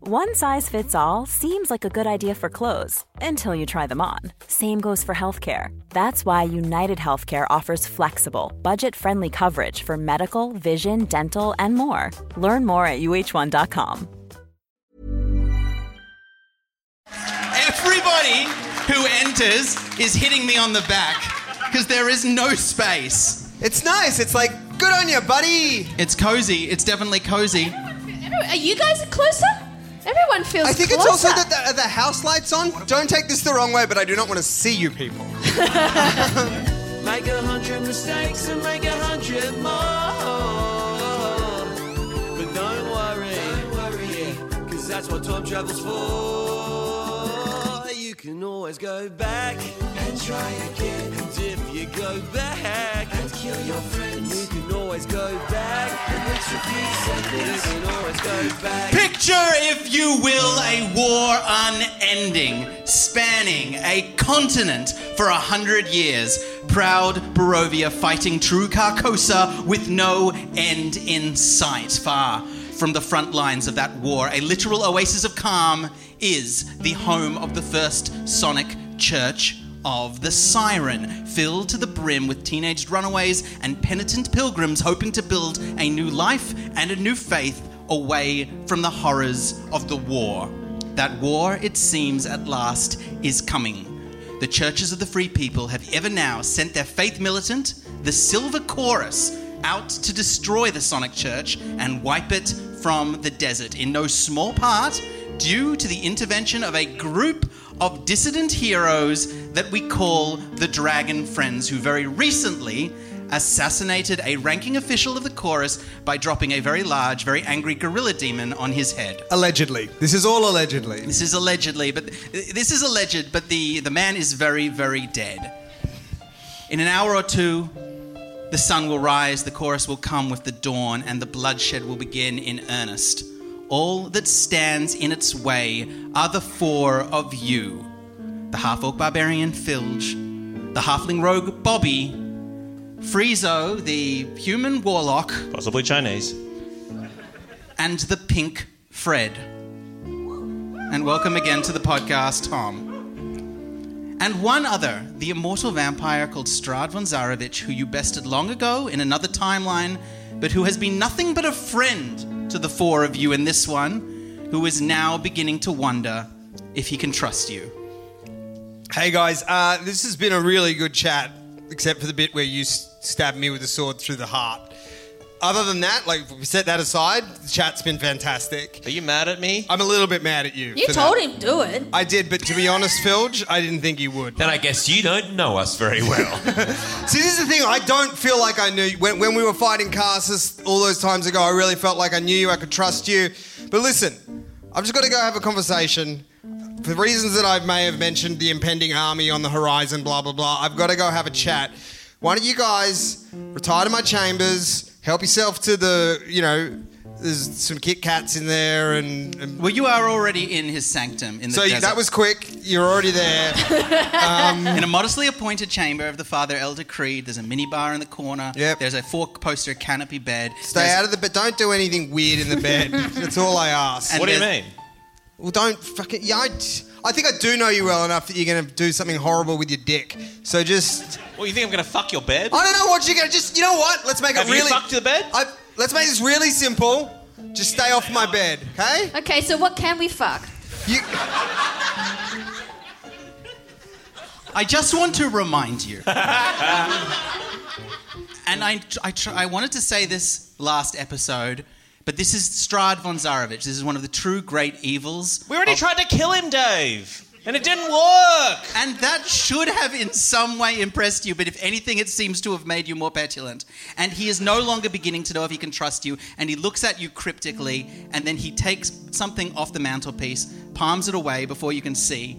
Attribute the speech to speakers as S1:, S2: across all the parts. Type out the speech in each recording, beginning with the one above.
S1: One size fits all seems like a good idea for clothes until you try them on. Same goes for healthcare. That's why United Healthcare offers flexible, budget friendly coverage for medical, vision, dental, and more. Learn more at uh1.com.
S2: Everybody who enters is hitting me on the back because there is no space.
S3: It's nice. It's like, good on you, buddy.
S2: It's cozy. It's definitely cozy.
S4: Everyone- Are you guys closer? Everyone feels
S3: I think it's
S4: closer.
S3: also that the, the house lights on. Don't take this the wrong way, but I do not want to see you people.
S5: Make a hundred mistakes and make a hundred more. But don't worry, don't worry, because that's what time travel's for. You can always go back and try again. And if you go back and kill your friends, you can always go back and retrieve something. You can always go back.
S2: Picture, if you will, a war unending, spanning a continent for a hundred years. Proud Barovia fighting true Carcosa with no end in sight. Far from the front lines of that war, a literal oasis of calm is the home of the first Sonic Church of the Siren, filled to the brim with teenaged runaways and penitent pilgrims hoping to build a new life and a new faith away from the horrors of the war. That war, it seems, at last is coming. The churches of the free people have ever now sent their faith militant, the Silver Chorus, out to destroy the Sonic Church and wipe it from the desert, in no small part due to the intervention of a group of dissident heroes that we call the Dragon Friends, who very recently assassinated a ranking official of the chorus by dropping a very large, very angry gorilla demon on his head.
S3: Allegedly. This is all allegedly.
S2: This is allegedly, but this is alleged, but the, the man is very, very dead. In an hour or two, the sun will rise, the chorus will come with the dawn, and the bloodshed will begin in earnest. All that stands in its way are the four of you the half orc barbarian Filge, the halfling rogue Bobby, Friezo, the human warlock,
S6: Possibly Chinese.
S2: and the pink Fred. And welcome again to the podcast, Tom. And one other, the immortal vampire called Strad von Zarevich, who you bested long ago in another timeline, but who has been nothing but a friend to the four of you in this one, who is now beginning to wonder if he can trust you.
S3: Hey guys, uh, this has been a really good chat, except for the bit where you s- stabbed me with a sword through the heart. Other than that, like we set that aside, the chat's been fantastic.
S6: Are you mad at me?
S3: I'm a little bit mad at you.
S4: You
S3: for
S4: told
S3: that.
S4: him do it.
S3: I did, but to be honest, Filge, I didn't think he would.
S6: Then I guess you don't know us very well.
S3: See, this is the thing. I don't feel like I knew when, when we were fighting Carsus all those times ago. I really felt like I knew you. I could trust you. But listen, I've just got to go have a conversation. For reasons that I may have mentioned, the impending army on the horizon, blah blah blah. I've got to go have a chat. Why don't you guys retire to my chambers? Help yourself to the, you know, there's some Kit Kats in there, and, and
S2: Well, you are already in his sanctum in the
S3: so you,
S2: desert.
S3: that was quick. You're already there.
S2: In a modestly appointed chamber of the Father Elder Creed, there's a minibar in the corner.
S3: Yep.
S2: There's a four-poster canopy bed.
S3: Stay out of the bed. Don't do anything weird in the bed. That's all I ask.
S6: what do you
S2: there's-
S6: mean?
S3: Well, don't fucking. Yeah, I, I think I do know you well enough that you're going to do something horrible with your dick. So just.
S6: What, you think I'm going to fuck your bed?
S3: I don't know what you're going to. Just. You know what? Let's make
S6: Have
S3: it
S6: you
S3: really.
S6: fucked the bed?
S3: I, let's make this really simple. Just stay off my bed, okay?
S4: Okay, so what can we fuck?
S3: You,
S2: I just want to remind you. and I, I, tr- I wanted to say this last episode, but this is Strad von Zarevich. This is one of the true great evils.
S6: We
S3: Oh.
S6: already tried to kill him, Dave, and it didn't work.
S2: And that should have in some way impressed you, but if anything, it seems to have made you more petulant. And he is no longer beginning to know if he can trust you, and he looks at you cryptically, and then he takes something off the mantelpiece, palms it away before you can see,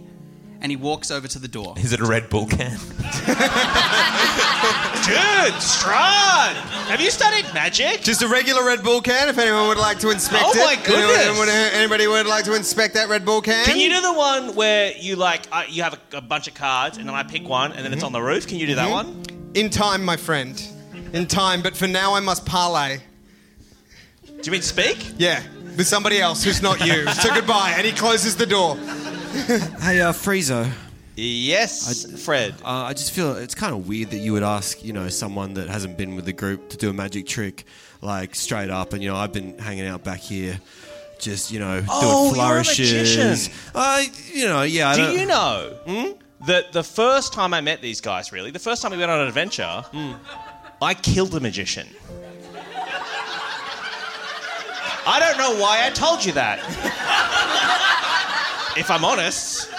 S2: and he walks over to the door.
S6: Is it a Red Bull can? Dude, Strahd! Have you studied magic?
S3: just a regular Red Bull can, if anyone would like to inspect
S6: Oh
S3: it.
S6: my
S3: Anyone-
S6: goodness.
S3: Anyone, anybody would like to inspect that Red Bull can?
S6: Can you do the one where you like I, you have a, a bunch of cards and then I pick one and then it's on the roof? Can you do that one?
S3: In time, my friend. In time, but for now I must parlay.
S6: Do you mean speak?
S3: Yeah. with somebody else who's not you. so goodbye. And he closes the door.
S7: Hey, uh, Friezo.
S6: Yes, Fred.
S7: Uh, I just feel it's kind of weird that you would ask, you know, someone that hasn't been with the group to do a magic trick, like straight up. And you know, I've been hanging out back here, just you know,
S6: Oh, you're
S7: doing
S6: a
S7: flourishes.
S6: magician.
S7: I, you know, yeah. I
S6: Do
S7: don't-
S6: you know that the first time I met these guys, really, the first time we went on an adventure, I killed a magician. I don't know why I told you that. if I'm honest,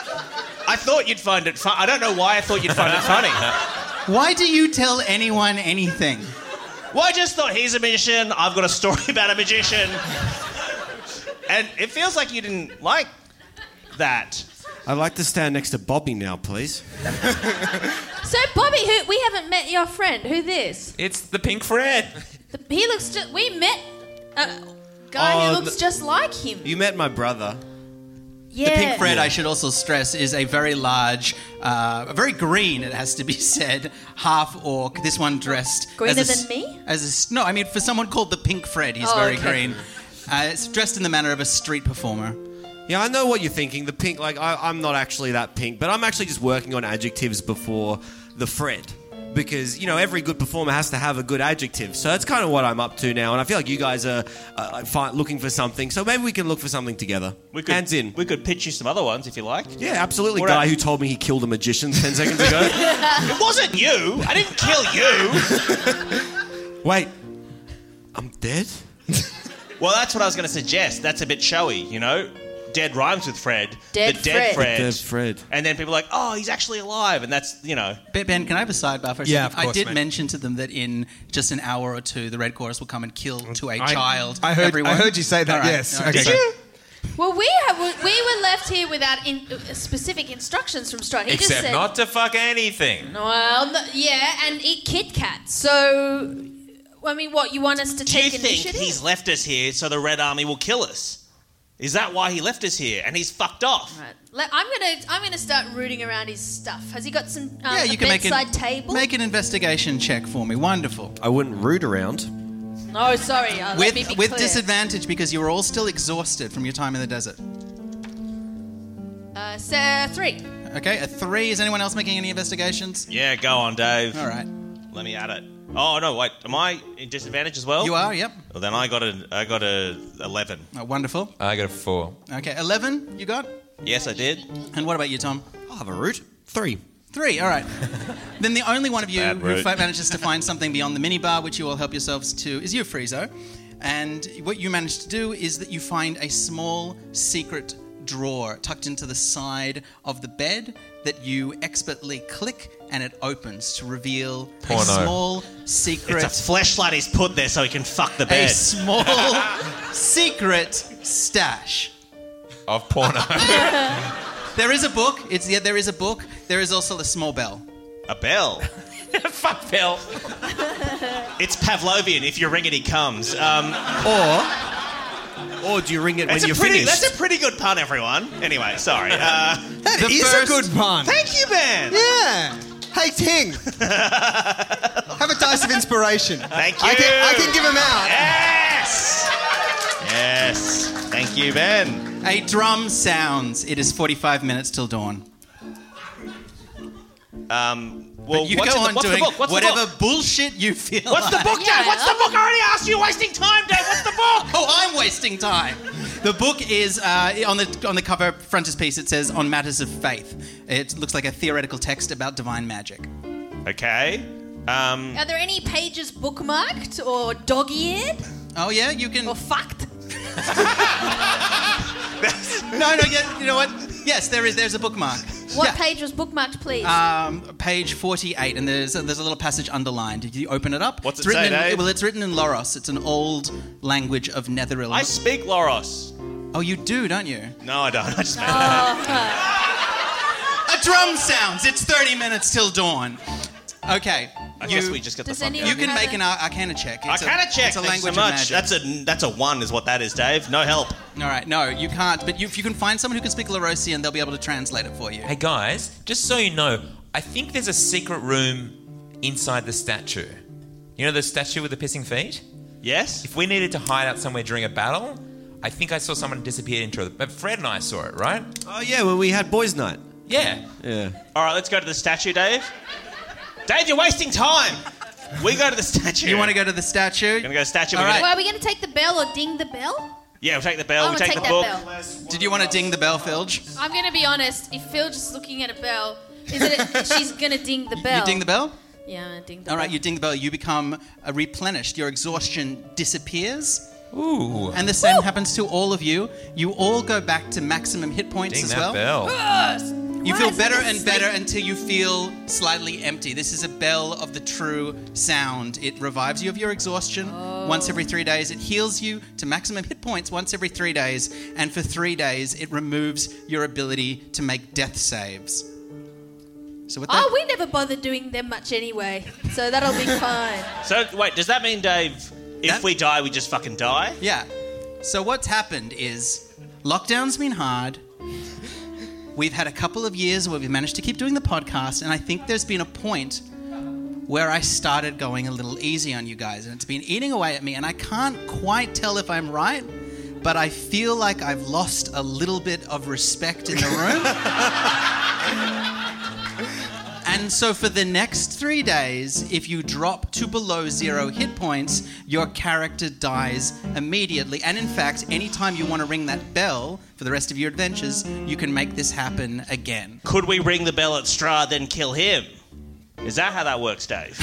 S6: I thought you'd find it fun. I don't know why I thought you'd find it funny.
S2: Why do you tell anyone anything?
S6: Well, I just thought he's a magician. I've got a story about a magician. and it feels like you didn't like that.
S7: I'd like to stand next to Bobby now, please.
S4: So Bobby, who we haven't met your friend. Who this?
S8: It's the Pink Fred.
S4: The, he looks just. We met a guy
S7: Oh,
S4: who looks just like him.
S7: You met my brother.
S4: yeah.
S2: The Pink Fred, I should also stress, is a very large, uh, very green. It has to be said, half orc. This one dressed
S4: Greener
S2: as a s-
S4: than me?
S2: As a s- no, I mean for someone called the Pink Fred, he's
S4: Oh,
S2: very
S4: okay.
S2: green. Uh, it's dressed in the manner of a street performer.
S7: Yeah, I know what you're thinking. The pink, like I, I'm not actually that pink, but I'm actually just working on adjectives before the Fred. Because you know every good performer has to have a good adjective, so that's kind of what I'm up to now. And I feel like you guys are uh, fi- looking for something, so maybe we can look for something together.
S6: We could,
S7: Hands in.
S6: We could pitch you some other ones if you like.
S7: yeah, absolutely.
S6: We're
S7: Guy
S6: at-
S7: who told me he killed a magician ten seconds ago.
S6: It wasn't you. I didn't kill you.
S7: Wait, I'm dead.
S6: well, that's what I was going to suggest. That's a bit showy, you know. Dead rhymes with Fred.
S4: Dead
S6: the
S4: Fred.
S6: dead Fred.
S7: The dead Fred.
S6: And then people are like, oh, he's actually alive, and that's you know.
S2: Ben, Ben, can I have a sidebar for a
S3: Yeah,
S2: second?
S3: of course,
S2: I did
S3: mate.
S2: mention to them that in just an hour or two, the Red Chorus will come and kill to a
S8: I-
S2: child.
S3: I heard-
S2: everyone.
S3: I heard you say that,
S2: All right,
S3: yes.
S2: all right.
S3: Okay. Did you?
S4: Well, we have, we were left here without in, uh, specific instructions from Strut. He just
S8: Except
S4: said,
S8: not to fuck anything.
S4: Well, no- yeah, and eat Kit Kat. So, I mean, what you want us to
S6: Do you
S4: take
S6: think
S4: initiative?
S6: he's left us here so the Red Army will kill us? Is that why he left us here? And he's fucked off.
S4: Right. Le- I'm gonna I'm gonna start rooting around his stuff. Has he got some um,
S2: Yeah, you
S4: a
S2: can make
S4: bedside
S2: an,
S4: table?
S2: make an investigation check for me. Wonderful.
S7: I wouldn't root around.
S4: No, sorry. Uh, let me be
S2: With, with
S4: clear.
S2: disadvantage because you were all still exhausted from your time in the desert.
S4: Uh, so three.
S2: Okay, a three. Is anyone else making any investigations?
S6: Yeah, go on, Dave.
S2: All right.
S6: Let me add it. Oh no, wait. Am I in disadvantage as well?
S2: You are, yep.
S6: Well, then I got a I got a eleven.
S2: Oh, wonderful.
S8: I got a four.
S2: Okay, 11 you got?
S6: Yes, I did.
S2: And what about you, Tom?
S7: I'll have a root. Three.
S2: Three, all right. then the only one of you
S6: Bad
S2: who
S6: route.
S2: fi- manages to find something beyond the minibar, which you all help yourselves to, is you, Friezo. And what you manage to do is that you find a small secret drawer tucked into the side of the bed that you expertly click and it opens to reveal a
S8: Porno.
S2: small secret
S6: It's a flashlight he's put there so he can fuck the
S2: a
S6: bed.
S2: small secret stash.
S8: Of porno.
S2: There is a book. It's yeah. There is a book. There is also a small bell.
S6: a bell.
S8: fuck Bill.
S6: It's Pavlovian. If you ring it, he comes. Um,
S7: Or, or do you ring it when
S6: that's a
S7: you're
S6: pretty.
S7: finished?
S6: That's a pretty good pun, everyone. Anyway, sorry. Uh,
S3: That is
S2: first-
S3: a good pun.
S6: thank you, Ben.
S3: Yeah. Hey, Ting. Have a dice of inspiration.
S6: Thank you.
S3: I can, I can give them out.
S6: Yes. Yes. Thank you, Ben.
S2: A drum sounds. It is 45 minutes till dawn.
S6: Well,
S2: you
S6: what's,
S2: go
S6: in the,
S2: on
S6: what's the
S2: doing
S6: book? What's
S2: whatever
S6: the book?
S2: bullshit you feel.
S6: What's the
S2: like.
S6: book, Dave?
S4: Yeah,
S6: What's the
S4: I'm-
S6: book? I already asked you. You're wasting time, Dave. What's the book?
S2: Oh, I'm wasting time. The book is uh, on the on the cover frontispiece. It says on matters of faith. It looks like a theoretical text about divine magic.
S6: Okay. Um,
S4: Are there any pages bookmarked or dog-eared
S2: Oh yeah, you can.
S4: or fucked?
S2: No, no, yeah, you know what? Yes, there is. There's a bookmark.
S4: What
S2: Yeah.
S4: page was bookmarked, please?
S2: Um, page 48, and there's a, there's a little passage underlined. If you open it up,
S6: What's it
S2: it's written
S6: say,
S2: in,
S6: Dave?
S2: Well, it's written in Loros. It's an old language of Netheril.
S6: I speak Loros.
S2: oh, you do, don't you?
S6: No, I don't. I just made
S4: oh,
S6: it.
S2: A drum sounds. It's 30 minutes till dawn. Okay.
S6: I
S2: you,
S6: guess we just got the
S4: Does
S6: fuck
S4: anyone-
S2: you
S6: out.
S2: can
S4: Another-
S2: make an ar- arcana check.
S6: I
S2: It's a-
S6: kind of
S2: It's
S6: checked.
S2: a
S6: Thank you so
S2: language of magic.
S6: much. That's a that's a one, is what that is, Dave. No help.
S2: All right. No, you can't. But you, if you can find someone who can speak Lorosian, they'll be able to translate it for you.
S8: Hey guys, just so you know, I think there's a secret room inside the statue. You know the statue with the pissing feet?
S6: Yes.
S8: If we needed to hide out somewhere during a battle, I think I saw someone disappear into it. But Fred and I saw it, right?
S7: Oh yeah, when we had boys' night.
S8: Yeah.
S7: Yeah.
S6: All right, let's go to the statue, Dave. Dave, you're wasting time. We go to the statue.
S2: You want to go to the statue?
S6: Gonna go to statue.
S2: All
S6: we're gonna-
S4: Well, are we going to take the bell or ding the bell?
S6: Yeah, we'll take the bell.
S4: I'm
S6: we'll
S4: gonna
S6: take,
S4: take
S6: the
S4: that
S6: book.
S4: bell.
S2: Did you want to ding the bell, Filge?
S4: I'm going to be honest. If Phil just looking at a bell, is it? she's going to ding the bell.
S2: You ding the bell?
S4: Yeah, I'm gonna ding the
S2: All
S4: bell.
S2: right, you ding the bell. You become uh, replenished. Your exhaustion disappears.
S8: Ooh.
S2: And the same happens to all of you. You all go back to maximum hit points
S8: Ding
S2: as
S8: that
S2: well.
S8: bell.
S2: You
S4: Why
S2: feel
S4: is it
S2: better
S4: a
S2: and
S4: snake?
S2: better until you feel slightly empty. This is a bell of the true sound. It revives you of your exhaustion once every three days. It heals you to maximum hit points once every three days. And for three days, it removes your ability to make death saves. So what
S4: Oh,
S2: that,
S4: we never bother doing them much anyway, so that'll be fine.
S6: So wait, does that mean, Dave, if
S2: That-
S6: we die, we just fucking die?
S2: Yeah. So what's happened is lockdowns been hard. We've had a couple of years where we've managed to keep doing the podcast, and I think there's been a point where I started going a little easy on you guys, and it's been eating away at me, and I can't quite tell if I'm right, but I feel like I've lost a little bit of respect in the room. And so for the next three days, if you drop to below zero hit points, your character dies immediately. And in fact, anytime you want to ring that bell for the rest of your adventures, you can make this happen again.
S6: Could we ring the bell at Strahd then kill him? Is that how that works, Dave?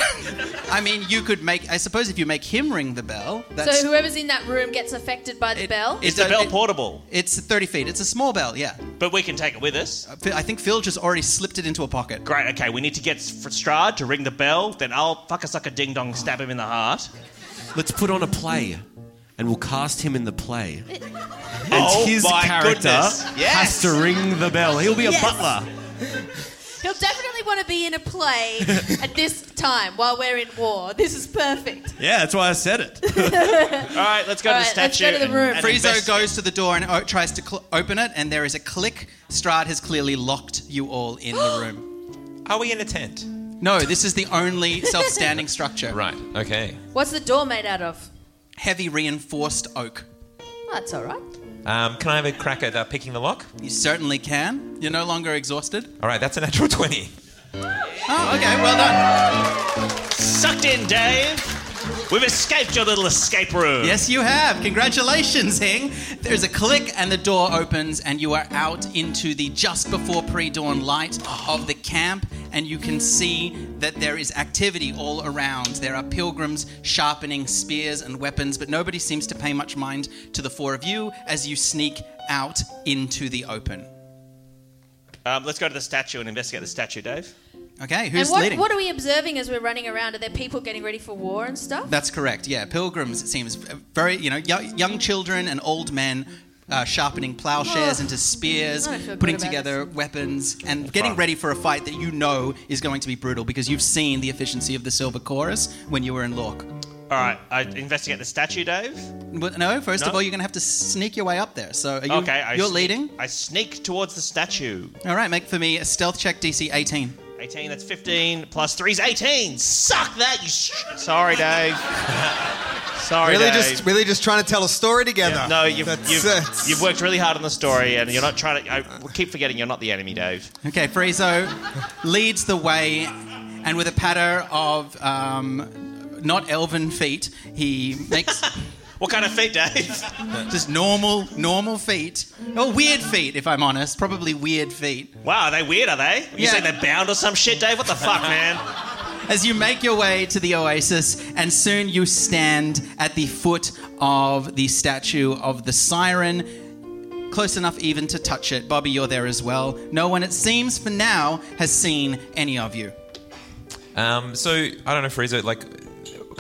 S2: I mean, you could make, I suppose if you make him ring the bell, that's.
S4: so whoever's in that room gets affected by the
S2: it-
S4: bell.
S2: it
S6: Is the
S2: don't-
S6: bell
S2: it-
S6: portable?
S2: It's 30 feet. It's a small bell, yeah.
S6: But we can take it with us.
S2: Phil- I think Phil just already slipped it into a pocket.
S6: Great. Okay, we need to get S- for Strahd to ring the bell. Then I'll fuck a sucker ding dong, stab him in the heart.
S7: Let's put on a play, and we'll cast him in the play. And
S6: Oh
S7: his
S6: my
S7: character
S6: goodness.
S7: has to ring the bell. He'll be a
S4: Yes.
S7: butler.
S4: He'll definitely want to be in a play at this time while we're in war. This is perfect.
S7: Yeah, that's why I said it.
S6: All right, let's go
S4: All
S6: to the
S4: right, let's
S6: statue.
S4: go to the
S6: and-
S4: room.
S6: and
S2: Friezo
S6: invest-
S2: goes to the door and o- tries to cl- open it, and there is a click. Strad has clearly locked you all in the room.
S8: Are we in a tent?
S2: No, this is the only self standing structure.
S8: Right. Okay.
S4: What's the door made out of?
S2: Heavy reinforced oak.
S4: Oh, that's all right.
S8: Um, can I have a crack at uh, picking the lock?
S2: You certainly can. You're no longer exhausted.
S8: All right, that's a natural 20.
S2: Oh, okay, well done.
S6: Sucked in, Dave. We've escaped your little escape room.
S2: Yes, you have. Congratulations, Hing. There's a click, and the door opens, and you are out into the just before pre dawn light of the camp. And you can see that there is activity all around. There are pilgrims sharpening spears and weapons, but nobody seems to pay much mind to the four of you as you sneak out into the open.
S6: Um, let's go to the statue and investigate the statue, Dave.
S2: Okay, who's
S4: and what,
S2: leading?
S4: what are we observing as we're running around? Are there people getting ready for war and stuff?
S2: That's correct. Yeah, pilgrims. It seems very you know yo- young children and old men. Uh, sharpening plowshares
S4: Ugh.
S2: into spears,
S4: I don't feel good
S2: putting
S4: about
S2: together weapons, and getting ready for a fight that you know is going to be brutal because you've seen the efficiency of the Silver Chorus when you were in Lork.
S6: All right, I investigate the statue, Dave.
S2: But no, first of
S6: No?
S2: all, you're going to have to sneak your way up there. So are you,
S6: okay, I
S2: you're
S6: sneak-
S2: leading.
S6: I sneak towards the statue.
S2: All right, make for me a stealth check DC 18.
S6: 18, that's 15, plus 3 is 18. Suck that, you sh- Sorry, Dave. Sorry,
S3: Really,
S6: Dave.
S3: just really just trying to tell a story together.
S6: no, you've,
S3: That's
S6: you've,
S3: it.
S6: you've worked really hard on the story, and you're not trying to. I keep forgetting you're not the enemy, Dave.
S2: Okay, Friezo leads the way, and with a patter of um, not elven feet, he makes.
S6: What kind of feet, Dave?
S2: Just normal, normal feet. Oh, weird feet, if I'm honest. Probably weird feet.
S6: wow, are they weird, are they? You
S2: Yeah.
S6: saying they're bound or some shit, Dave? What the fuck, man?
S2: As you make your way to the oasis, and soon you stand at the foot of the statue of the siren, close enough even to touch it. Bobby, you're there as well. No one, it seems for now, has seen any of you.
S8: Um, so I don't know, Frieza. Like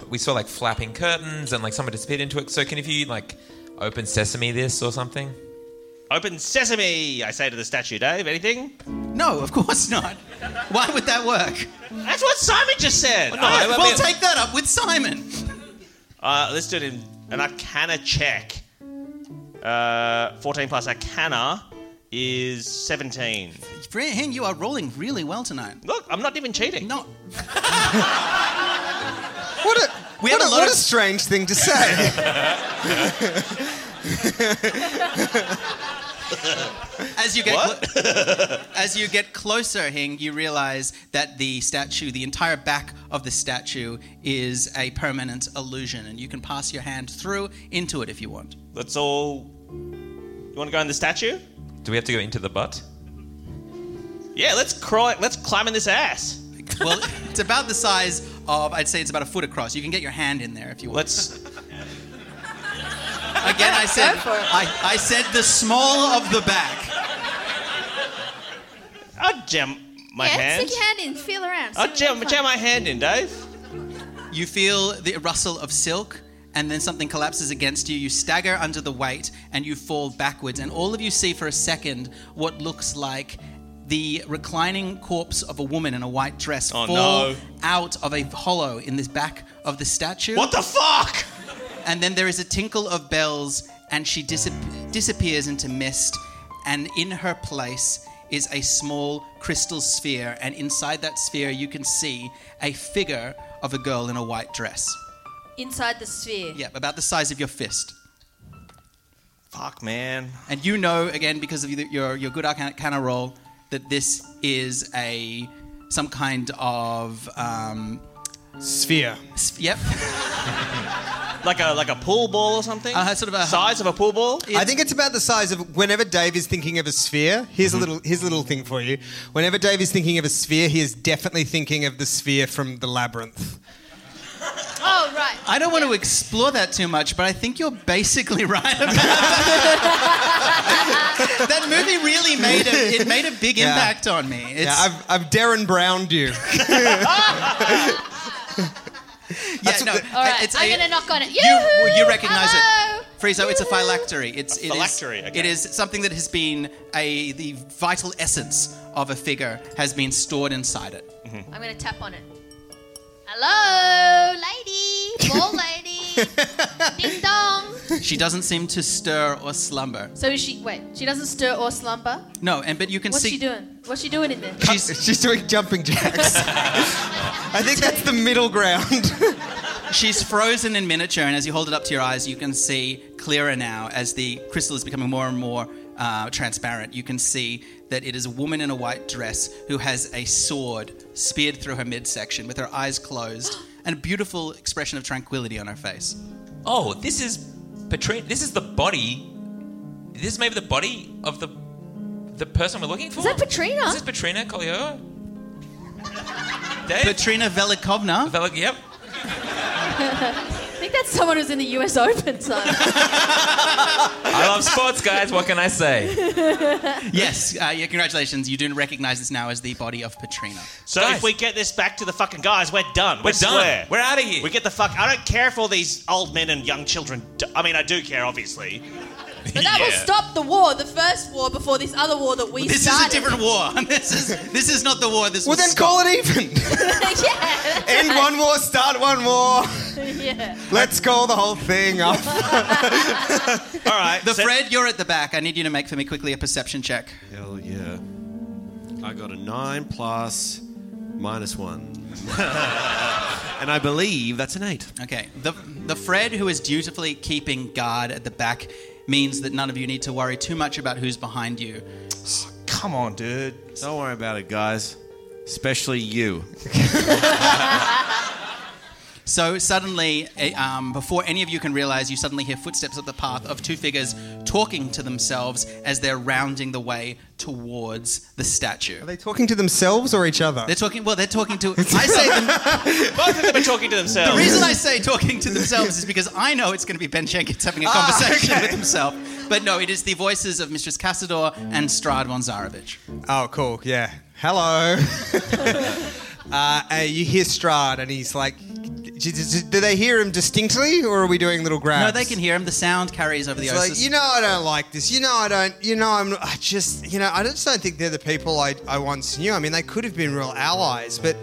S8: we saw like flapping curtains and like someone disappeared into it. So can if you like open sesame this or something?
S6: Open sesame, I say to the statue, Dave. Anything?
S2: No, of course not. Why would that work?
S6: That's what Simon just said.
S8: no, I-
S6: I-
S8: I-
S2: We'll
S8: mean-
S2: take that up with Simon.
S6: Uh, let's do it in an arcana check. Uh, 14 plus arcana is 17.
S2: Hing, you are rolling really well tonight.
S6: Look, I'm not even cheating.
S2: No,
S3: What a,
S2: We had
S3: what a,
S2: a lot
S3: what
S2: of-
S3: a strange thing to say.
S2: As you get clo- as you get closer, Hing, you realize that the statue, the entire back of the statue, is a permanent illusion, and you can pass your hand through into it if you want.
S6: Let's all. You want to go in the statue?
S8: Do we have to go into the butt?
S6: Yeah, let's crawl. Let's climb in this ass.
S2: Well, it's about the size of I'd say it's about a foot across. You can get your hand in there if you want.
S6: Let's.
S2: Again, I said
S4: Go for it.
S2: I, I said the small of the back.
S6: I'll jam my
S4: yeah,
S6: hand.
S4: stick your hand in, feel around. see
S2: Oh,
S6: I'll
S4: what
S6: jam,
S4: you
S6: jam
S4: find.
S6: my hand in, Dave.
S2: You feel the rustle of silk. And then something collapses against you. You stagger under the weight and you fall backwards. And all of you see for a second what looks like the reclining corpse of a woman in a white dress
S6: Oh,
S2: fall
S6: no.
S2: out of a hollow in the back of the statue.
S6: What the fuck?
S2: and then there is a tinkle of bells, and she disap- disappears into mist. And in her place is a small crystal sphere, and inside that sphere, you can see a figure of a girl in a white dress.
S4: Inside the sphere.
S2: Yep, about the size of your fist.
S6: Fuck, man.
S2: And you know, again, because of your your, your good arcana roll, that this is a some kind of um,
S3: Sphere.
S2: s- yep.
S6: Like a like a pool ball or something.
S2: Uh, sort of a-
S6: size of a pool ball.
S3: I think it's about the size of whenever Dave is thinking of a sphere. Here's a little here's a little thing for you. Whenever Dave is thinking of a sphere, he is definitely thinking of the sphere from the labyrinth.
S4: Oh, right.
S2: I don't want to explore that too much, but I think you're basically right about that. that movie really made a, it made a big impact on me. It's,
S3: Yeah, I've, I've Darren Browned you.
S2: yeah, no,
S4: All right,
S2: it's
S4: I'm
S2: a-
S4: going to knock on it.
S2: you, well, you
S4: Yoo-hoo!
S2: recognize
S4: Hello!
S2: it. Friezo, it's a
S4: Yoo-hoo!
S2: phylactery. It's it is-
S6: phylactery, okay.
S2: It is something that has been a the vital essence of a figure has been stored inside it.
S4: I'm going to tap on it. Hello, lady. Ball lady. Ding dong.
S2: She doesn't seem to stir or slumber.
S4: So is she, wait, she doesn't stir or slumber.
S2: No, and but you can
S4: What's
S2: see
S4: she doing? What's she doing in there?
S2: She's,
S3: She's doing jumping jacks. I think that's the middle ground.
S2: She's frozen in miniature, and as you hold it up to your eyes, you can see clearer now as the crystal is becoming more and more uh, transparent. You can see that it is a woman in a white dress who has a sword speared through her midsection with her eyes closed and a beautiful expression of tranquility on her face.
S8: Oh, this is Patrina. This is the body. This may be the body of the the person we're looking for.
S4: Is that
S8: Is
S4: Petrina?
S8: this Patrina Kolyoa? Dave?
S2: Petrina Velikovna,
S8: Vel- yep.
S4: I think that's someone who's in the US Open, so.
S8: I love sports, guys. What can I say?
S2: yes, uh, yeah, congratulations. You do recognize this now as the body of Petrina.
S6: So
S8: Guys.
S6: if we get this back to the fucking guys, we're done.
S8: We're
S6: we
S8: done.
S6: swear.
S8: We're out of here.
S6: We get the fuck. I don't care if all these old men and young children. D- I mean, I do care, obviously.
S4: But that will
S8: Yeah.
S4: stop the war, the first war before this other war that we
S2: This is a
S4: started.
S2: different war. This is this is not the war. This
S3: Well,
S2: was
S3: then call it even.
S4: yeah.
S3: End one more, start one more.
S4: yeah.
S3: Let's call the whole thing off.
S6: All right.
S2: The
S6: so-
S2: Fred, you're at the back. I need you to make for me quickly a perception check.
S7: Hell yeah. I got a 9 plus minus 1. and I believe that's an 8.
S2: Okay. The the Fred who is dutifully keeping guard at the back means that none of you need to worry too much about who's behind you.
S6: Come on, dude.
S7: Don't worry about it, guys. Especially you.
S2: So suddenly, eh, um, before any of you can realize, you suddenly hear footsteps up the path of two figures talking to themselves as they're rounding the way towards the statue.
S3: Are they talking to themselves or each other?
S2: They're talking. Well, they're talking to. I say them,
S6: Both of them are talking to themselves.
S2: the reason I say talking to themselves is because I know it's going to be Ben Jenkins having a
S8: Ah,
S2: conversation with himself. But no, it is the voices of Mistress Cassador and Strad von Zarevich.
S3: Oh, cool. Yeah. Hello. uh, uh, you hear Strad, and he's like, "D- d- d- "Do they hear him distinctly, or are we doing little grabs?"
S2: No, they can hear him. The sound carries over the
S3: It's
S2: ocean.
S3: like, you know, I don't like this. You know, I don't. You know, I'm. I just, you know, I just don't think they're the people I, I once knew. I mean, they could have been real allies, but.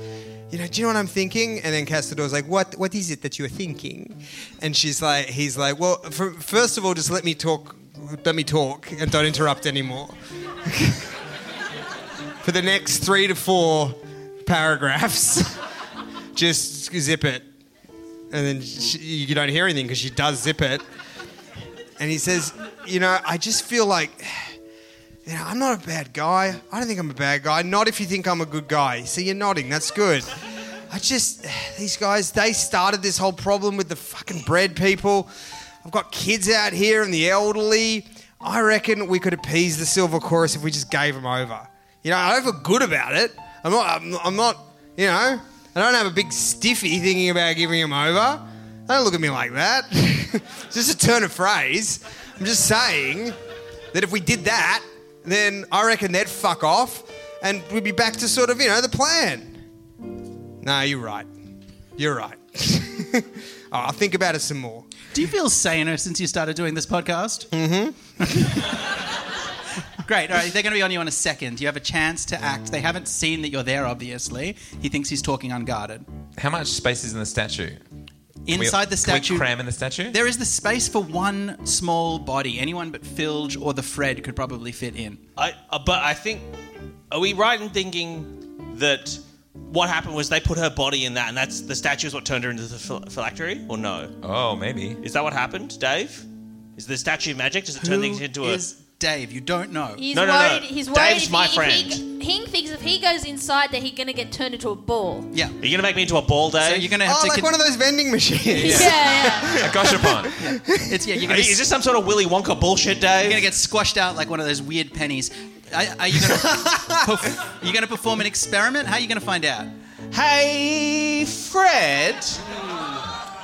S3: You know, do you know what I'm thinking? And then Castador's like, "What? What is it that you're thinking?" And she's like, "He's like, well, fir- first of all, just let me talk, let me talk, and don't interrupt anymore." For the next three to four paragraphs, just zip it, and then she, you don't hear anything because she does zip it. and he says, "You know, I just feel like, you know, I'm not a bad guy. I don't think I'm a bad guy. Not if you think I'm a good guy. See, you're nodding. That's good. I just, these guys, they started this whole problem with the fucking bread people. I've got kids out here and the elderly. I reckon we could appease the silver chorus if we just gave them over. You know, I don't feel good about it. I'm not, I'm, I'm not, you know, I don't have a big stiffy thinking about giving them over. Don't look at me like that. it's just a turn of phrase. I'm just saying that if we did that, then I reckon they'd fuck off and we'd be back to sort of, you know, the plan. No, you're right. You're right. oh, I'll think about it some more.
S2: Do you feel saner since you started doing this podcast? Mm-hmm. Great. All right, they're going to be on you in a second. You have a chance to act. They haven't seen that you're there, obviously. He thinks he's talking unguarded.
S8: How much space is in the statue? Can we-
S2: Inside the
S8: can we
S2: statue,
S8: cram in the statue?
S2: there is the space for one small body. Anyone but Filge or the Fred could probably fit in.
S6: I, uh, but I think, are we right in thinking that what happened was they put her body in that, and that's the statue is what turned her into the phil- phylactery, or no?
S8: oh, maybe.
S6: Is that what happened, Dave? Is the statue magic? Does it turn things
S2: Who
S6: into
S2: is Dave? You don't know.
S4: He's
S6: No, no, no.
S4: worried. He's worried.
S6: Dave's
S4: if
S6: my
S4: he, If he,
S6: friend.
S4: Hing thinks if he goes inside, that he's gonna get turned into a ball.
S2: yeah.
S6: a? Are you gonna make me into a ball, Dave?
S2: So you're going to have
S3: Oh,
S2: to.
S3: like
S2: con-
S3: one of those vending machines.
S4: Yeah, yeah.
S8: A gashapon.
S2: it's, yeah, you're
S6: Are
S2: going
S6: you-
S2: to
S6: is this some sort of Willy Wonka bullshit, Dave?
S2: You're gonna get squashed out like one of those weird pennies. Are, are you gonna perf- you gonna perform an experiment? How are you gonna find out?
S6: hey, Fred.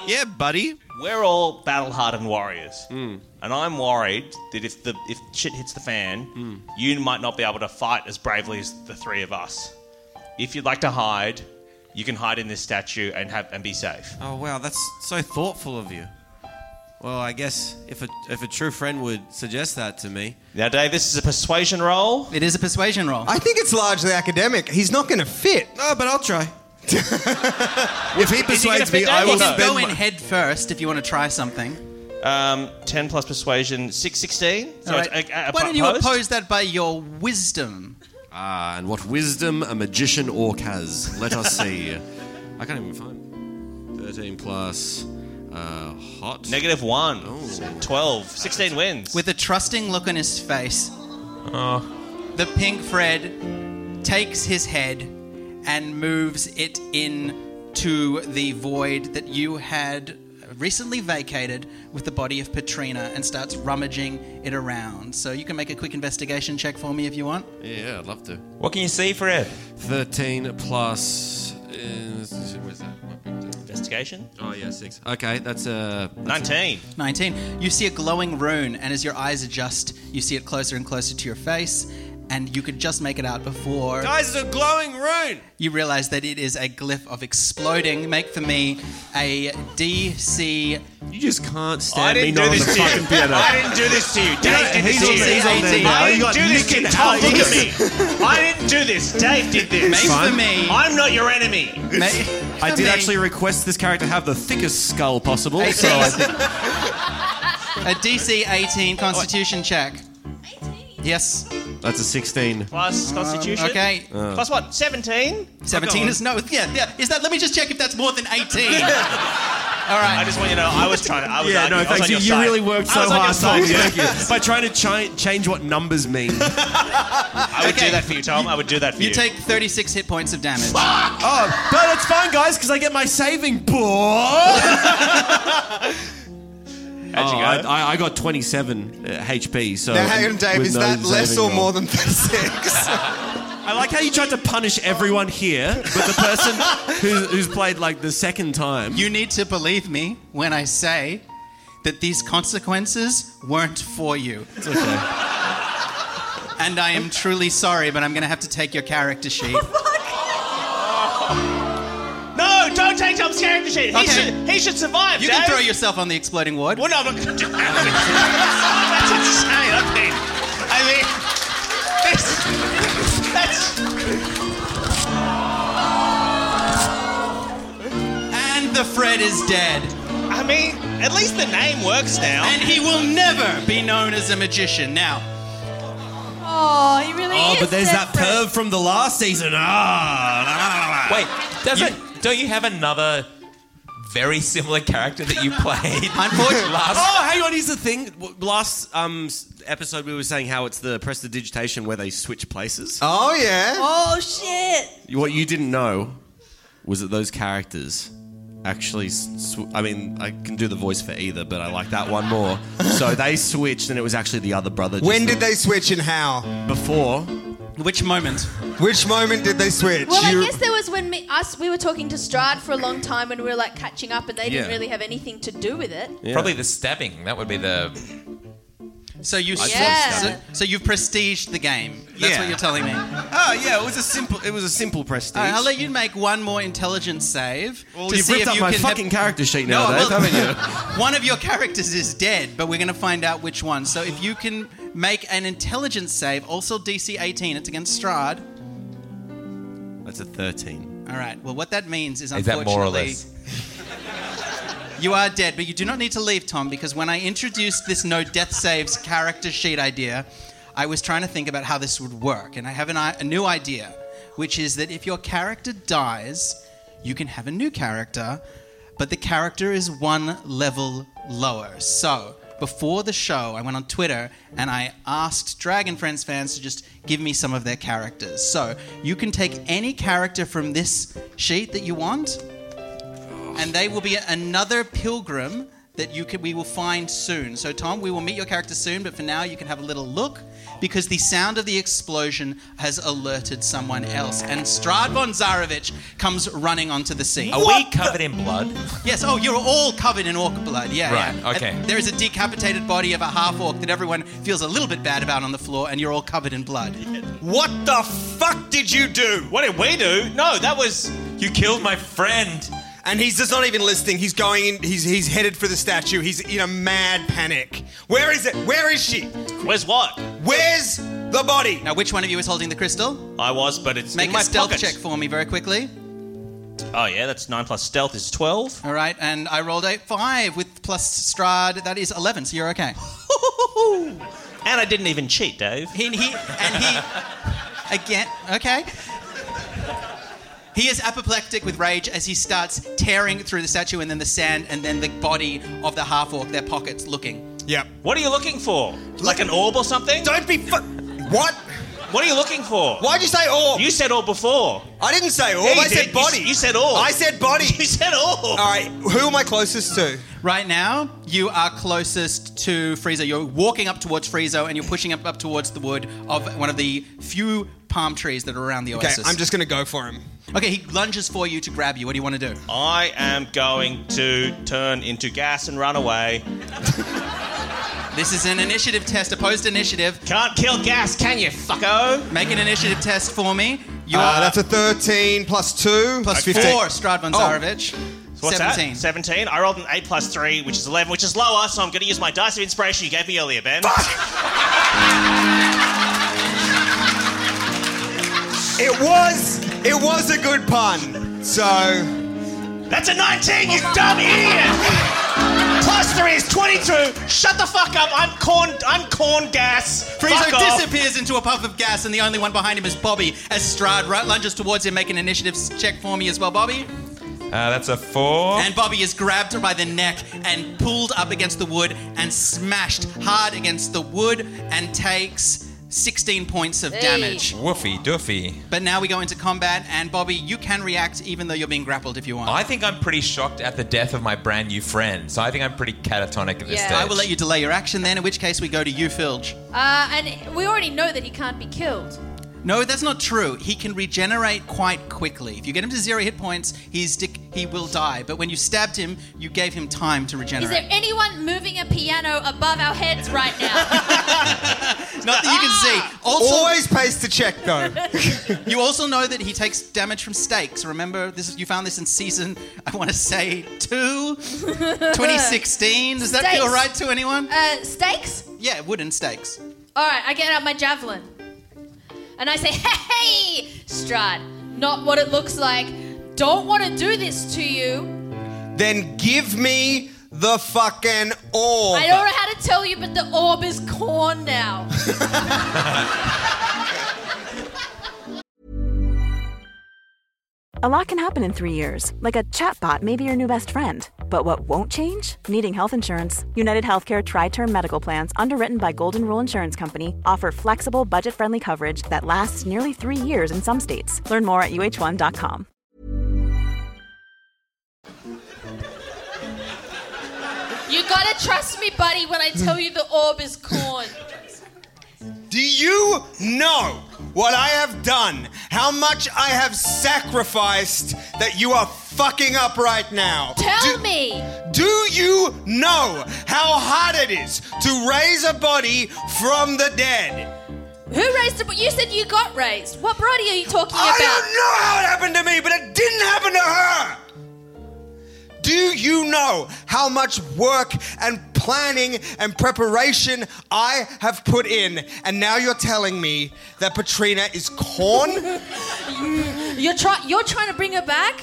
S7: Yeah, buddy.
S6: We're all battle-hardened warriors,
S2: Hmm.
S6: and I'm worried that if the if shit hits the fan,
S2: Hmm.
S6: you might not be able to fight as bravely as the three of us. If you'd like to hide, you can hide in this statue and have and be safe.
S7: Oh wow, that's so thoughtful of you. Well, I guess if a if a true friend would suggest that to me,
S6: Now, Dave, this is a persuasion roll.
S2: It is a persuasion roll.
S3: I think it's largely academic. He's not going to fit.
S7: no, but I'll try. if he persuades me,
S6: fit
S7: I
S6: that?
S7: will
S6: He can
S7: spend.
S2: Go in
S7: my-
S2: head first if you want to try something.
S6: Um, ten plus persuasion, six sixteen. So
S2: All
S6: it's uh,
S2: right.
S6: a, a, a
S2: Why don't you
S6: opposed?
S2: oppose that by your wisdom?
S7: Ah, and what wisdom a magician orc has. Let us see. I can't even find. Thirteen plus. Uh, hot.
S6: Negative one.
S7: Oh.
S6: 12. 16 wins.
S2: With a trusting look on his face, the pink Fred takes his head and moves it in to the void that you had recently vacated with the body of Petrina and starts rummaging it around. So you can make a quick investigation check for me if you want.
S7: Yeah, I'd love to.
S8: what can you see, Fred?
S7: 13 plus. Uh, where's that?
S6: investigation.
S7: Oh, yeah, six. Okay, that's uh, a.
S6: 19.
S2: 19. You see a glowing rune, and as your eyes adjust, you see it closer and closer to your face, and you could just make it out before
S7: Guys, it's a glowing rune!
S2: you realize that it is a glyph of exploding. Make for me a DC
S7: You just can't
S6: I
S7: stand me
S6: didn't do
S7: not on the
S6: this to
S7: fucking
S6: you.
S7: piano.
S6: I didn't do this to you. Dave did this
S7: he's
S6: to
S7: on
S6: you.
S7: the- he's on the-
S6: I
S7: you
S6: didn't
S7: got
S6: do this
S7: Nick
S6: to
S7: and
S6: Tom.
S7: Hal
S6: Look at me. I didn't do this. Dave did
S2: Make
S6: this.
S7: Fine.
S2: for me.
S6: I'm not your enemy.
S2: Make
S7: I
S2: for
S7: did
S2: me
S7: actually request this character have the thickest skull possible,
S2: a
S7: so I think.
S2: DC, a DC 18 Constitution check.
S4: 18.
S2: Yes.
S7: That's a 16.
S6: Plus Constitution.
S2: Okay.
S7: Uh,
S6: Plus what? Oh, 17?
S2: 17 is no. Yeah, yeah. Is that? Let me just check if that's more than 18. All right.
S6: I just want you to know I was trying to. I was
S7: Yeah,
S6: arguing.
S7: no,
S6: I was
S7: thanks.
S6: on
S7: You,
S6: your
S7: you
S6: side.
S7: really worked
S6: I
S7: so
S6: was on your
S7: hard,
S6: side.
S7: Tom. Thank you. By trying to chi- change what numbers mean.
S6: I would
S2: Okay.
S6: do that for you, Tom. I would do that for you.
S2: you take 36 hit points of damage.
S7: oh, but it's fine, guys, because I get my saving. Boy! oh,
S6: How'd you
S7: I,
S2: Oh,
S6: go?
S7: I, I got 27 uh, HP, so.
S3: Now, hang on, Dave.
S7: with
S3: Is
S7: no
S3: that less
S7: saving
S3: or
S7: roll.
S3: more than 36?
S7: I like how you tried to punish everyone here, but the person who's, who's played like the second time.
S2: You need to believe me when I say that these consequences weren't for you.
S7: It's okay.
S2: And I am truly sorry, but I'm going to have to take your character sheet.
S6: No, don't take Tom's character sheet. He,
S2: Okay.
S6: should, he should survive.
S2: You
S6: Dave.
S2: can throw yourself on the exploding ward.
S6: Well, no, I'm not going to do that. That's insane. I mean, I mean, this, that's.
S2: And the Fred is dead.
S6: I mean, at least the name works now.
S2: And he will never be known as a magician. Now,
S4: Oh, he really
S7: Oh,
S4: is.
S7: but there's that
S4: desperate.
S7: perv from the last season. Ah, la, la, la, la.
S8: Wait, doesn't don't you have another very similar character that you played
S2: Unfortunately-
S8: last.
S7: Oh, hang on. Here's the thing. W- Last um, s- episode, we were saying how it's the press the digitation where they switch places.
S3: Oh yeah.
S4: Oh shit!
S7: What you didn't know was that those characters actually. Sw- I mean, I can do the voice for either, but I like that one more. so they switched, and it was actually the other brother. just
S3: When did
S7: the-
S3: they switch and how?
S7: Before.
S2: Which moment?
S3: Which moment did they switch?
S4: Well, I guess there was when me, us we were talking to Strad for a long time and we were like catching up, and they didn't
S7: Yeah.
S4: really have anything to do with it.
S8: Probably the stabbing. That would be the.
S2: So you
S4: Yeah.
S2: so, so you've prestiged the game. That's
S7: Yeah.
S2: what you're telling me. All
S7: Oh yeah, it was a simple. It was a simple prestige.
S2: right, I'll let you make one more intelligence save
S7: well,
S2: to
S7: you've
S2: see
S7: ripped
S2: if
S7: up
S2: you
S7: my
S2: can.
S7: fucking character sheet
S2: no,
S7: now, Dave,
S2: well,
S7: haven't you?
S2: one of your characters is dead, but we're going to find out which one. So if you can make an intelligence save, also DC 18, it's against Strad.
S7: That's a thirteen.
S2: All right. Well, what that means is
S8: Is
S2: unfortunately
S8: that more or less?
S2: you are dead, but you do not need to leave, Tom, because when I introduced this no death saves character sheet idea, I was trying to think about how this would work, and I have an, i- a new idea, which is that if your character dies, you can have a new character, but the character is one level lower. So. Before the show, I went on Twitter and I asked Dragon Friends fans to just give me some of their characters. So you can take any character from this sheet that you want, and they will be another pilgrim that you can, we will find soon. So, Tom, we will meet your character soon, but for now, you can have a little look because the sound of the explosion has alerted someone else. And Stradbon Zarevich comes running onto the scene.
S8: Are
S6: Oh.
S8: we covered in blood?
S2: Yes. Oh, you're all covered in orc blood. Yeah.
S8: Right,
S2: yeah.
S8: okay.
S2: And there is a decapitated body of a half orc that everyone feels a little bit bad about on the floor, and you're all covered in blood.
S9: What the fuck did you do?
S6: What did we do? No, that was.
S8: You killed my friend.
S3: And he's just not even listening. He's going in. He's he's headed for the statue. He's in a mad panic. Where is it? Where is she?
S6: Where's what?
S3: Where's the body?
S2: Now, which one of you is holding the crystal?
S6: I was, but it's
S2: Make
S6: in
S2: a
S6: my
S2: stealth
S6: pocket.
S2: check for me very quickly.
S6: Oh yeah, that's nine plus stealth is twelve.
S2: All right, and I rolled a five with plus Strad. That is eleven, so you're okay.
S6: And I didn't even cheat, Dave.
S2: He, he and he again. Okay. He is apoplectic with rage as he starts tearing through the statue and then the sand and then the body of the half orc. Their pockets looking.
S3: Yep.
S6: What are you looking for? Like an orb or something?
S3: Don't be fu- What?
S6: What are you looking for?
S3: Why'd you say orb?
S6: You said orb before.
S3: I didn't say orb.
S6: Yeah, you
S3: I
S6: did.
S3: said
S6: You
S3: body.
S6: s- you said orb.
S3: I said body.
S6: You said orb.
S3: All right. Who am I closest to?
S2: Right now, you are closest to Friezo. You're walking up towards Friezo and you're pushing up, up towards the wood of one of the few palm trees that are around the
S3: Okay,
S2: oasis.
S3: I'm just gonna go for him.
S2: Okay, he lunges for you to grab you. What do you want to do?
S3: Oh.
S6: I am going to turn into gas and run away.
S2: This is an initiative test, opposed initiative.
S6: Can't kill gas, can you, fucko?
S2: Make an initiative test for me. You
S3: Uh,
S2: are
S3: that's a 13 plus two
S2: plus four, Stradvan Zarevich.
S6: Oh. So what's that? 17. I rolled an 8 plus 3, which is 11, which is lower, so I'm going to use my dice of inspiration you gave me earlier, Ben.
S3: It was it was a good pun. So
S6: That's a 19, you dumb idiot! Plus 3 is 22. Shut the fuck up. I'm corn, I'm corn gas.
S2: Friezo
S6: fuck off.
S2: disappears into a puff of gas, and the only one behind him is Bobby. As Strad right lunges towards him, make an initiative check for me as well, Bobby.
S8: Uh, that's a
S6: Oh.
S8: four.
S2: And Bobby is grabbed by the neck and pulled up against the wood and smashed hard against the wood and takes 16 points of
S4: Hey.
S2: damage.
S8: Woofy doofy.
S2: But now we go into combat, and Bobby, you can react even though you're being grappled if you want.
S8: I think I'm pretty shocked at the death of my brand new friend, so I think I'm pretty catatonic at this
S4: Yeah.
S8: stage.
S2: I will let you delay your action then, in which case we go to you, Filge.
S4: Uh, and we already know that he can't be killed.
S2: No, that's not true. He can regenerate quite quickly. If you get him to zero hit points, he's dic- he will die. But when you stabbed him, you gave him time to
S4: Is
S2: regenerate.
S4: there anyone moving a piano above our heads right now?
S2: not that
S4: Ah!
S2: you can see. Also,
S3: always pays to check though.
S2: you also know that he takes damage from stakes. Remember, this is, you found this in season. I want to say two, 2016. Does that feel
S4: Stakes.
S2: right to anyone?
S4: uh, stakes?
S2: Yeah, wooden stakes.
S4: All right, I get out my javelin. And I say, hey, Strad, not what it looks like. Don't want to do this to you.
S3: then give me the fucking orb.
S4: I don't know how to tell you, but the orb is corn now.
S1: A lot can happen in three years, like a chatbot may be your new best friend. But what won't change? Needing health insurance. United Healthcare Tri Term Medical Plans, underwritten by Golden Rule Insurance Company, offer flexible, budget friendly coverage that lasts nearly three years in some states. Learn more at uh1.com.
S4: You gotta trust me, buddy, when I tell you the orb is corn.
S3: Do you know what I have done? How much I have sacrificed that you are fucking up right now?
S4: Tell
S3: Do-
S4: me!
S3: Do you know how hard it is to raise a body from the dead?
S4: Who raised it? But you said you got raised. What body are you talking
S3: I
S4: about?
S3: don't know how it happened to me, but it didn't happen to her. Do you know how much work and planning and preparation I have put in? And now you're telling me that Patrina is corn?
S4: You're try- you're trying to bring her back?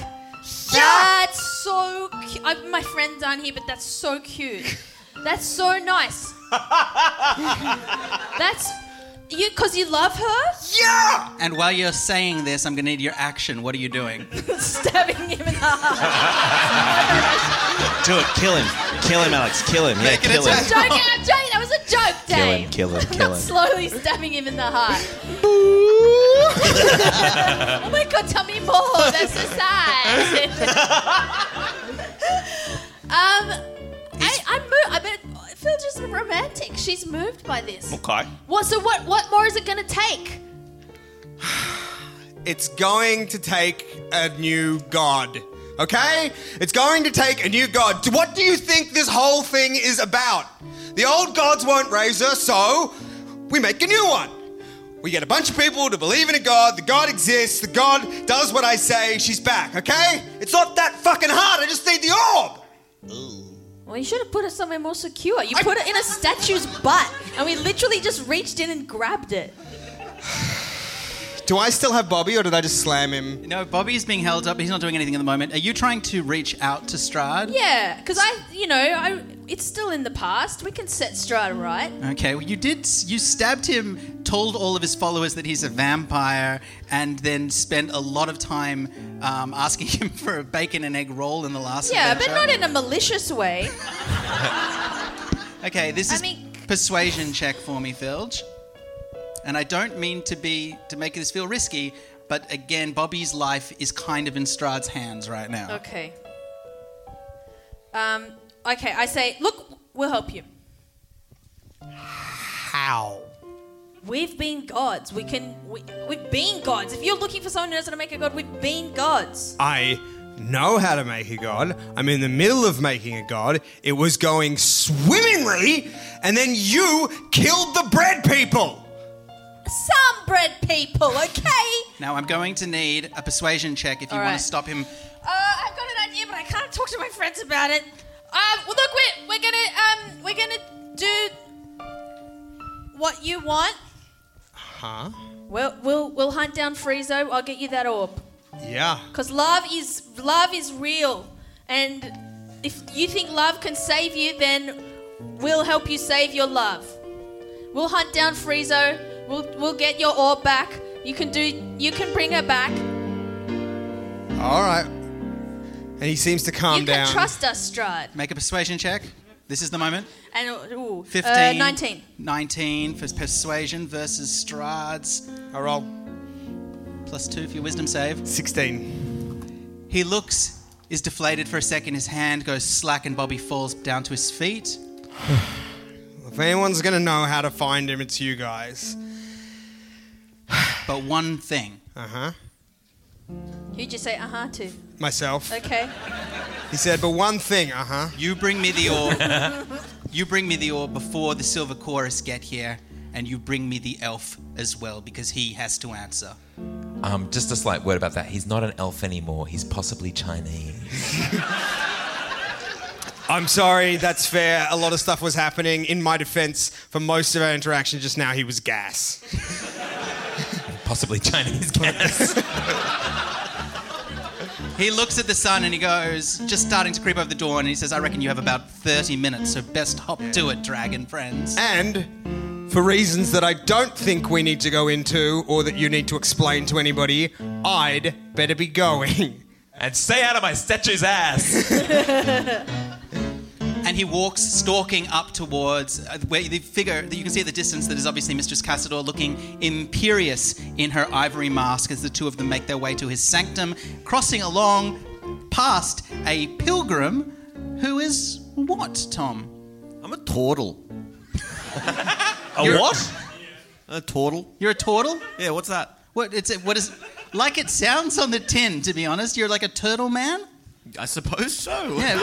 S4: That's so cute. I, my friend down here, but that's so cute. That's so nice. that's you because you love her.
S3: yeah!
S2: And while you're saying this, I'm gonna need your action. What are you doing?
S4: Stabbing him in the heart.
S6: Do it. Kill him. Kill him, Alex. Kill him. Yeah,
S2: Make an
S6: kill him.
S2: attack.
S4: Joking, I'm joking. That was a joke,
S6: Kill
S4: Dave.
S6: him. Kill him.
S4: I'm
S6: Kill
S4: not
S6: him.
S4: slowly stabbing him in the heart. oh my god, tell me more. That's so sad. um, I, I'm moved. I bet I feel just romantic. She's moved by this.
S6: Okay.
S4: What? So what? What more is it gonna take?
S3: It's going to take a new god. Okay? It's going to take a new god. What do you think this whole thing is about? The old gods won't raise her, so we make a new one. We get a bunch of people to believe in a god. The god exists. The god does what I say. She's back, okay? It's not that fucking hard. I just need the orb.
S4: Well, you should have put it somewhere more secure. You put it in a statue's butt, and we literally just reached in and grabbed it.
S3: Do I still have Bobby or did I just slam him?
S2: No, Bobby's being held up. He's not doing anything at the moment. Are you trying to reach out to Strad?
S4: Yeah, because I, you know, I, it's still in the past. We can set Strata right.
S2: Okay, well, you did. You stabbed him, told all of his followers that he's a vampire, and then spent a lot of time um, asking him for a bacon and egg roll in the last.
S4: Yeah, but
S2: adventure.
S4: not in a malicious way.
S2: Okay, this
S4: I
S2: is
S4: mean-
S2: persuasion check for me, Filge. And I don't mean to be to make this feel risky, but again, Bobby's life is kind of in Strad's hands right now.
S4: Okay. Um, okay, I say, look, we'll help you.
S3: How?
S4: We've been gods. We can. We, we've been gods. If you're looking for someone who knows how to make a god, we've been gods.
S3: I know how to make a god. I'm in the middle of making a god. It was going swimmingly, and then you killed the bread people.
S4: Some bread people, okay?
S2: Now I'm going to need a persuasion check if you
S4: All
S2: want
S4: right.
S2: to stop him.
S4: Uh, I've got an idea, but I can't talk to my friends about it. Um, well, look, we're, we're gonna um, we're gonna do what you want.
S3: Huh?
S4: We'll we'll we'll hunt down Friezo. I'll get you that orb.
S3: Yeah.
S4: Cause love is love is real, and if you think love can save you, then we'll help you save your love. We'll hunt down Friezo. We'll we'll get your orb back. You can do you can bring her back.
S3: All right. And he seems to calm
S4: you
S3: down.
S4: can trust us, Strad.
S2: Make a persuasion check. This is the moment.
S4: And ooh,
S2: 15.
S4: Uh, Nineteen.
S2: 19 for persuasion versus Strad's.
S3: I roll
S2: Plus two for your wisdom save.
S3: 16.
S2: He looks, is deflated for a second. His hand goes slack, and Bobby falls down to his feet.
S3: If anyone's gonna know how to find him, it's you guys.
S2: But one thing.
S3: Uh huh.
S4: Who'd you say uh huh to?
S3: Myself.
S4: Okay.
S3: He said, but one thing. Uh huh.
S2: You bring me the orb. you bring me the orb before the silver chorus get here, and you bring me the elf as well because he has to answer.
S8: Um, just a slight word about that. He's not an elf anymore. He's possibly Chinese.
S3: I'm sorry. That's fair. A lot of stuff was happening. In my defense, for most of our interaction just now, he was gas.
S8: Possibly Chinese gas.
S2: He looks at the sun and he goes, just starting to creep over the dawn, and he says, "I reckon you have about 30 minutes, so best hop to it, dragon friends."
S3: And For reasons that I don't think we need to go into or that you need to explain to anybody, I'd better be going.
S8: And stay out of my statue's ass.
S2: and he walks stalking up towards uh, where the figure that you can see at the distance that is obviously Mistress Cassador looking imperious in her ivory mask as the two of them make their way to his sanctum, crossing along past a pilgrim who is what, Tom?
S7: I'm a turtle.
S8: A what?
S7: A turtle?
S2: You're a turtle?
S7: Yeah, what's that?
S2: What it's what is like it sounds on the tin, to be honest. You're like a turtle man?
S7: I suppose so.
S2: Yeah.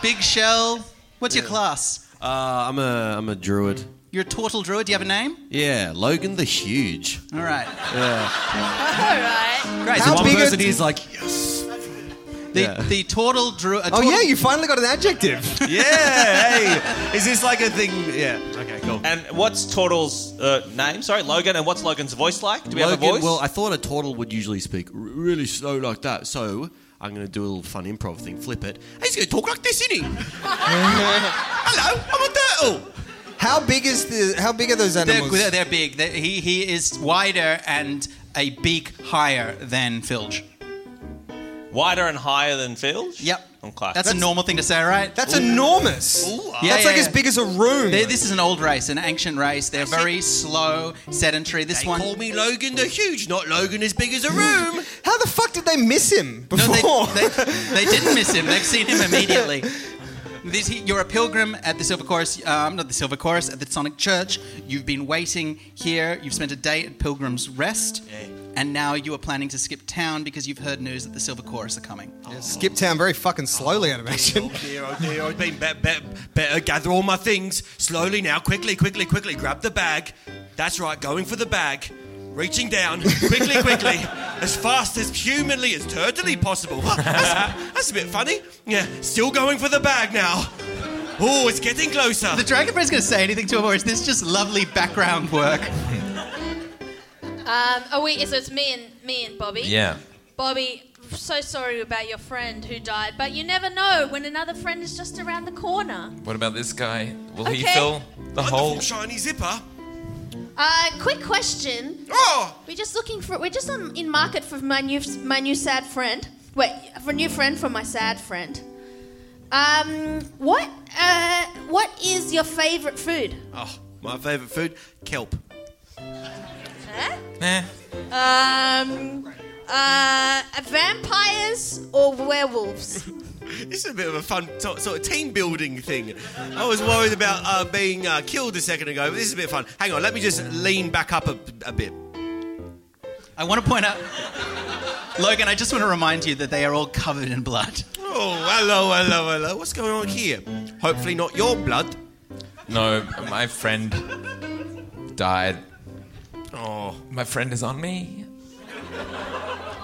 S2: Big shell. What's your class?
S7: Uh, I'm a I'm a druid.
S2: You're a turtle druid, do you have a name?
S7: Yeah, Logan the Huge.
S2: All right.
S4: All right.
S2: Great. so
S3: How
S7: One
S3: big a-
S7: person he's like, yes.
S2: the,
S7: yeah.
S2: the turtle druid
S3: Oh, yeah, you finally got an adjective.
S7: Yeah, hey. Is this like a thing? Yeah. Okay, cool.
S6: And what's Turtle's uh, name? Sorry, Logan. And what's Logan's voice like? Do we
S7: Logan,
S6: have a voice?
S7: Well, I thought a turtle would usually speak r- really slow like that, so I'm going to do a little fun improv thing. Flip it. He's going to talk like this, isn't he? Hello, I'm a turtle.
S3: How big is the? How big are those
S2: They're,
S3: animals?
S2: they're, they're big. They're- he, he is wider and a beak higher than Filge.
S6: Wider and higher than Fields?
S2: Yep.
S6: Okay.
S2: That's, a normal thing to say, right? ah.
S3: That's enormous.
S2: Yeah,
S3: That's
S2: yeah,
S3: like as
S2: yeah.
S3: big as a room.
S2: They- this is an old race, an ancient race. They're very slow, sedentary. This
S7: They
S2: one.
S7: call me Logan the Huge, not Logan as big as a room.
S3: How the fuck did they miss him
S2: No,
S3: before?
S2: they, they, they didn't miss him. They've seen him immediately. This, he- you're a pilgrim at the Silver Chorus, um, not the Silver Chorus, at the Sonic Church. You've been waiting here. You've spent a day at Pilgrim's Rest. And now you are planning to skip town because you've heard news that the Silver Chorus are coming.
S3: Skip town very fucking slowly, animation.
S7: dear, oh dear, I've been bet, bet, better gather all my things slowly now, quickly, quickly, quickly. Grab the bag. That's right, going for the bag. Reaching down, quickly, quickly, as fast as humanly, as turtly possible. Huh, That's, that's a bit funny. Yeah, still going for the bag now. Oh, it's getting closer.
S2: The Dragon Breath's going to say anything to him, or is this just lovely background work?
S4: Um, oh wait, so it's me and me and Bobby.
S8: Yeah.
S4: Bobby, so sorry about your friend who died, but you never know when another friend is just around the corner.
S8: What about this guy? Will he
S4: Okay.
S8: fill the
S7: Wonderful
S8: hole?
S7: shiny zipper.
S4: Uh, quick question.
S7: Oh,
S4: We're just looking for. We're just on, in market for my new my new sad friend. Wait, for a new friend for my sad friend. Um, what uh, what is your favorite food?
S7: oh my favourite food, kelp.
S4: Huh?
S8: Nah.
S4: Um, uh, vampires or werewolves?
S7: This is a bit of a fun to- sort of team building thing. I was worried about uh, being uh, killed a second ago, but this is a bit of fun. Hang on, let me just lean back up a, a bit.
S2: I want to point out, Logan, I just want to remind you that they are all covered in blood.
S7: Oh, hello, hello, hello. What's going on here? Hopefully, not your blood.
S8: No, my friend died.
S7: Oh,
S8: My friend is on me.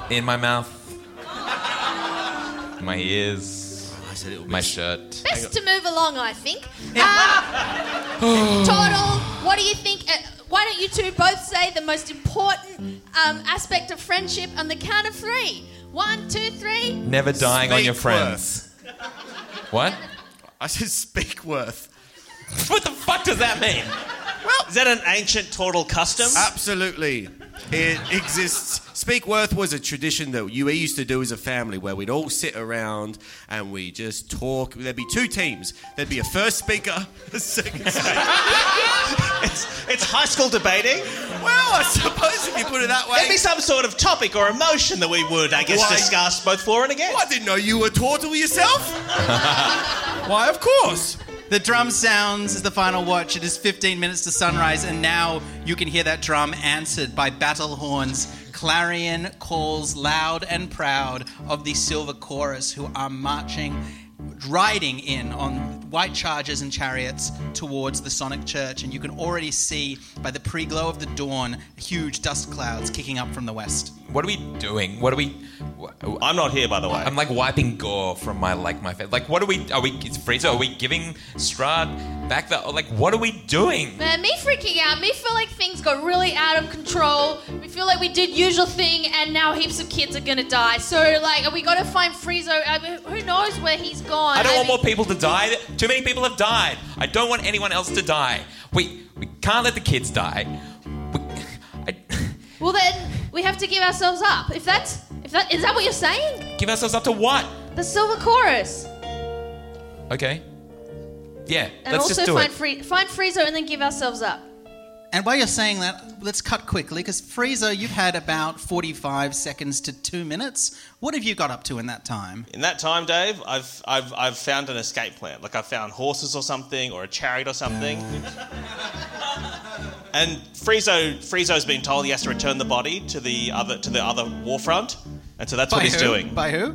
S8: In my mouth. My ears.
S7: that's a little bit.
S8: My shirt.
S4: Best to move along, I think. Um, Total, what do you think? Uh, why don't you two both say the most important um, aspect of friendship on the count of three? One, two, three.
S8: Never dying on
S7: Speak
S8: your friends. What?
S7: I said speak worth.
S6: what the fuck does that mean? Well, uh, is that an ancient turtle custom?
S7: Absolutely. It exists. Speakworth was a tradition that you we used to do as a family where we'd all sit around and we just talk. There'd be two teams. There'd be a first speaker, a second speaker.
S6: it's, it's high school debating.
S7: well, I suppose if you put it that way.
S6: There'd be some sort of topic or emotion that we would, I guess,
S7: Why-
S6: discuss both for and against.
S7: I didn't know you were turtle yourself. Why, of course.
S2: The drum sounds is the final watch. It is 15 minutes to sunrise, and now you can hear that drum answered by battle horns. Clarion calls loud and proud of the silver chorus who are marching, riding in on white chargers and chariots towards the Sonic Church. And you can already see by the pre glow of the dawn huge dust clouds kicking up from the west.
S8: What are we doing? What are we? wh-
S6: I'm not here, by the way.
S8: I'm like wiping gore from my like my face. Like, what are we? Are we? It's Frieza. Are we giving Strahd back the like what are we doing?
S4: Man, me freaking out. Me feel like things got really out of control. We feel like we did usual thing, and now heaps of kids are gonna die. So like, we gotta find Friezo. I mean, who knows where he's gone?
S8: I don't want
S4: mean-
S8: more people to die. Too many people have died. I don't want anyone else to die. We we can't let the kids die. We, I,
S4: Well, then we have to give ourselves up. If that's if that is that what you're saying?
S8: give ourselves up to what?
S4: The Silver Chorus,
S8: Okay. Yeah,
S4: and
S8: let's
S4: also
S8: just do
S4: find
S8: it.
S4: Free, find Friezo, and then give ourselves up.
S2: And while you're saying that, let's cut quickly because Frieza, you've had about 45 seconds to two minutes. What have you got up to in that time?
S6: In that time, Dave, I've, I've, I've found an escape plan. Like I've found horses or something, or a chariot or something. and Friezo, Friezo's been told he has to return the body to the other to the other war front, and so that's what
S2: By
S6: he's
S2: who?
S6: doing.
S2: By who?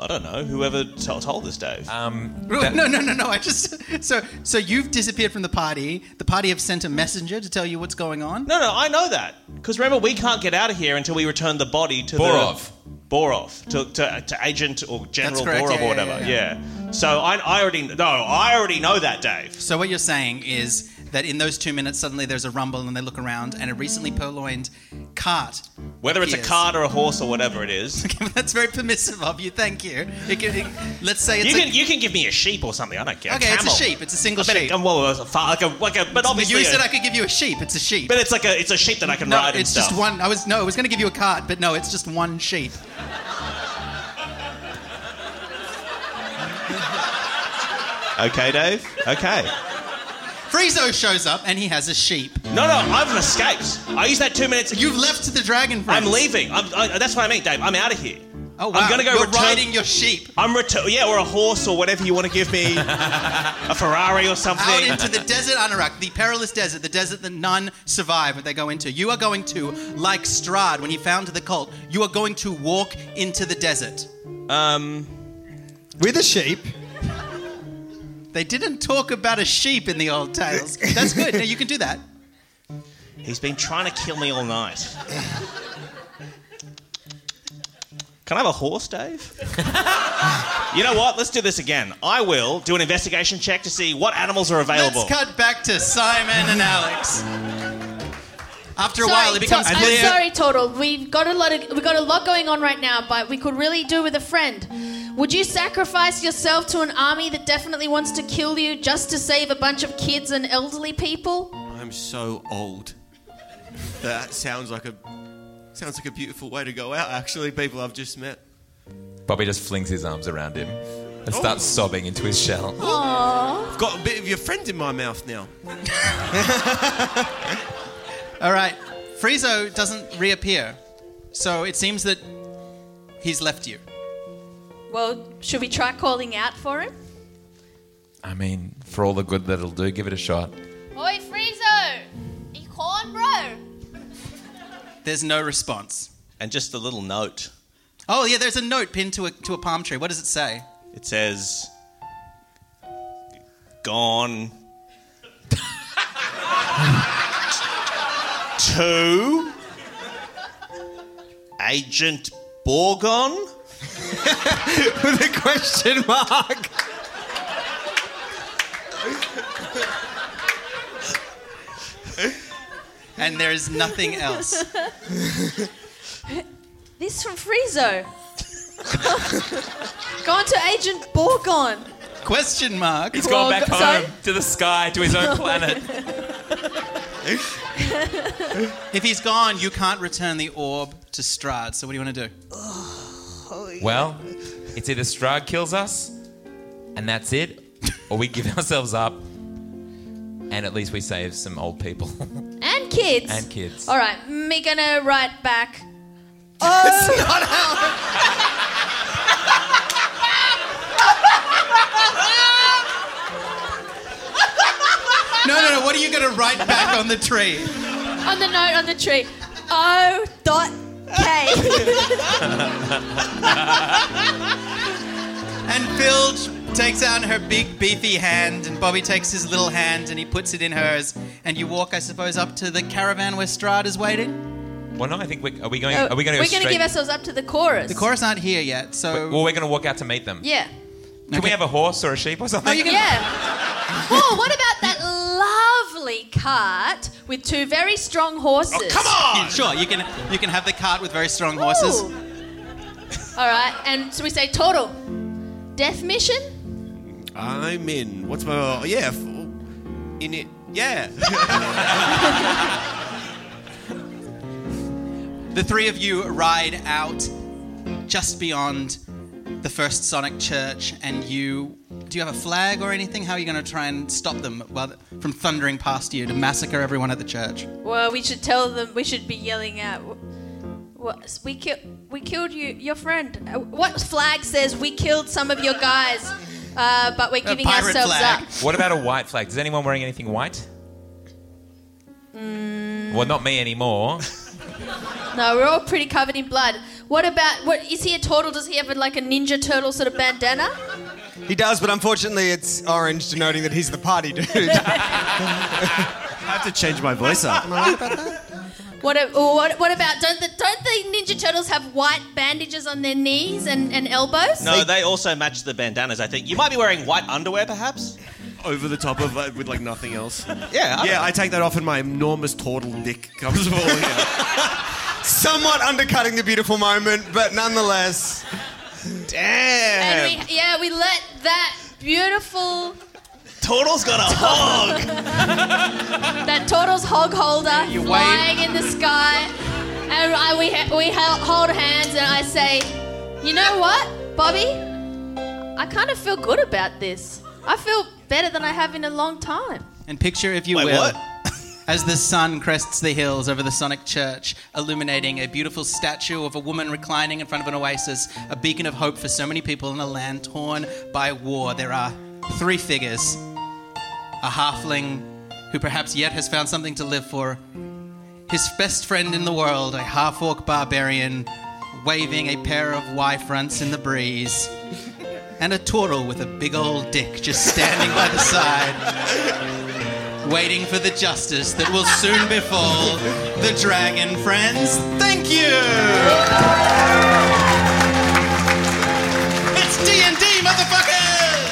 S6: I don't know whoever to- told this, Dave.
S8: Um,
S2: No,
S8: that-
S2: no, no, no, no. I just so so you've disappeared from the party. The party have sent a messenger to tell you what's going on.
S6: no, no, I know that because remember we can't get out of here until we return the body to
S8: Borov.
S6: the Borov to, to, to agent or general
S2: correct,
S6: Borov
S2: yeah,
S6: or
S2: yeah,
S6: whatever.
S2: yeah,
S6: yeah. So I, I already no, I already know that, Dave.
S2: So what you're saying is that in those two minutes, suddenly there's a rumble, and they look around, and a recently purloined cart.
S6: Whether it's a
S2: Yes.
S6: cart or a horse or whatever it is.
S2: That's very permissive of you. Thank you. It can, it- let's say it's
S6: You
S2: a,
S6: can, you can give me a sheep or something. I don't care.
S2: okay. It's a
S6: Camel.
S2: sheep. It's a single
S6: I bet
S2: sheep.
S6: it- well, it's a far, like a, like a, but
S2: But
S6: obviously,
S2: you
S6: a-
S2: said I could give you a sheep. It's a sheep.
S6: but it's like a, it's a sheep that I can
S2: no,
S6: ride and
S2: it's
S6: stuff.
S2: just one. I was no, I was going to give you a cart, but no, it's just one sheep.
S6: Okay, Dave. Okay.
S2: Friezo shows up and he has a sheep.
S6: No, no, I've escaped. I used that two minutes.
S2: You've left the dragon. Prince.
S6: I'm leaving. I'm, I, that's what I mean, Dave. I'm out of here.
S2: Oh wow!
S6: I'm gonna go
S2: You're
S6: return-
S2: riding your sheep
S6: I'm return. Yeah, or a horse or whatever you want to give me. a Ferrari or
S2: out
S6: something.
S2: into the desert Anorak, the perilous desert, the desert that none survive. What they go into, you are going to, like Strahd when he founded the cult, you are going to walk into the desert.
S6: um,
S3: With a sheep.
S2: They didn't talk about a sheep in the old tales. That's good. Now you can do that.
S6: he's been trying to kill me all night. Can I have a horse, Dave? you know what? Let's do this again. I will do an investigation check to see what animals are available.
S2: Let's cut back to Simon and Alex. After a
S4: Sorry,
S2: while, it becomes
S4: To-
S2: clear.
S4: I'm sorry, Total. We've got a lot of we got a lot going on right now, but we could really do with a friend. Would you sacrifice yourself to an army that definitely wants to kill you just to save a bunch of kids and elderly people?
S7: I'm so old. That sounds like a sounds like a beautiful way to go out. Actually, people I've just met.
S8: Bobby just flings his arms around him and starts sobbing into his shell.
S7: I've got a bit of your friend in my mouth now.
S2: All right, Friezo doesn't reappear, so it seems that he's left you.
S4: Well, should we try calling out for him?
S8: I mean, for all the good that it'll do, give it a shot.
S4: Oi, Friezo! You calling, bro?
S2: There's no response.
S6: and just a little note.
S2: Oh yeah, there's a note pinned to a to a palm tree. What does it say?
S6: It says, "Gone to Agent Borgon."
S3: With a question mark.
S2: And there is nothing else.
S4: This from Friezo. Gone to Agent Borgon.
S2: question mark.
S8: He's
S4: Well,
S8: gone back
S4: go- sorry?
S8: home to the sky, to his own planet.
S2: If he's gone, you can't return the orb to Strahd. So what do you want to do?
S8: Well, it's either Strahd kills us, and that's it, or we give ourselves up, and at least we save some old people
S4: And kids.
S8: and kids.
S4: All right, me gonna write back. Oh,
S2: No, no, no. What are you going to write back on the tree?
S4: on the note on the tree. O dot K.
S2: And Phil takes out her big beefy hand, and Bobby takes his little hand and he puts it in hers. And you walk, I suppose, up to the caravan where Strahd is waiting.
S8: Well, no, I think we are we going? Are we going to?
S4: We're
S8: go straight?
S4: gonna give ourselves up to the chorus.
S2: The chorus aren't here yet, so
S8: Well, we're going to walk out to meet them.
S4: Yeah.
S8: Can we have a horse or a sheep or something?
S2: Oh, you can-
S4: Yeah. Oh, what about that lovely cart with two very strong horses?
S8: Oh,
S9: Come on!
S2: Yeah, sure, you can you can have the cart with very strong horses.
S4: All right, and so we say total death mission.
S7: I'm in. What's my. oh, Yeah. f- In it. Yeah.
S2: The three of you ride out just beyond the first Sonic Church, and you do you have a flag or anything? How are you going to try and stop them while, from thundering past you to massacre everyone at the church?
S4: Well, we should tell them. We should be yelling out. What we killed? We killed you, your friend. Uh, What flag says we killed some of your guys? Uh, but we're giving
S2: pirate
S4: ourselves
S2: flag.
S4: up.
S8: What about a white flag? Is anyone wearing anything white? Well, not me anymore.
S4: No, we're all pretty covered in blood. What about what? Is he a turtle? Does he have like a ninja turtle sort of bandana?
S3: He does, but unfortunately, it's orange, denoting that he's the party dude.
S7: I have to change my voice up.
S4: What, a- or what, what about don't the don't the Ninja Turtles have white bandages on their knees and, and elbows?
S6: No, they also match the bandanas. I think you might be wearing white underwear, perhaps.
S7: Over the top of uh, with like nothing else.
S6: Yeah, I
S7: Yeah, I take that off and my enormous turtle dick comes falling out.
S3: Somewhat undercutting the beautiful moment, but nonetheless. Damn.
S4: And we yeah we let that beautiful
S9: Turtle's got a hog.
S4: that turtle's hog holder
S2: You wave.
S4: flying in the sky, and I, we ha- we ha- hold hands and I say, you know what, Bobby, I kind of feel good about this. I feel better than I have in a long time.
S2: And picture, if you
S9: Wait,
S2: will,
S9: what?
S2: as the sun crests the hills over the Sonic Church, illuminating a beautiful statue of a woman reclining in front of an oasis, a beacon of hope for so many people in a land torn by war. There are three figures a halfling who perhaps yet has found something to live for, his best friend in the world, a half orc barbarian waving a pair of Y fronts in the breeze. And a turtle with a big old dick just standing by the side waiting for the justice that will soon befall the dragon friends. Thank you. It's D&D, motherfuckers.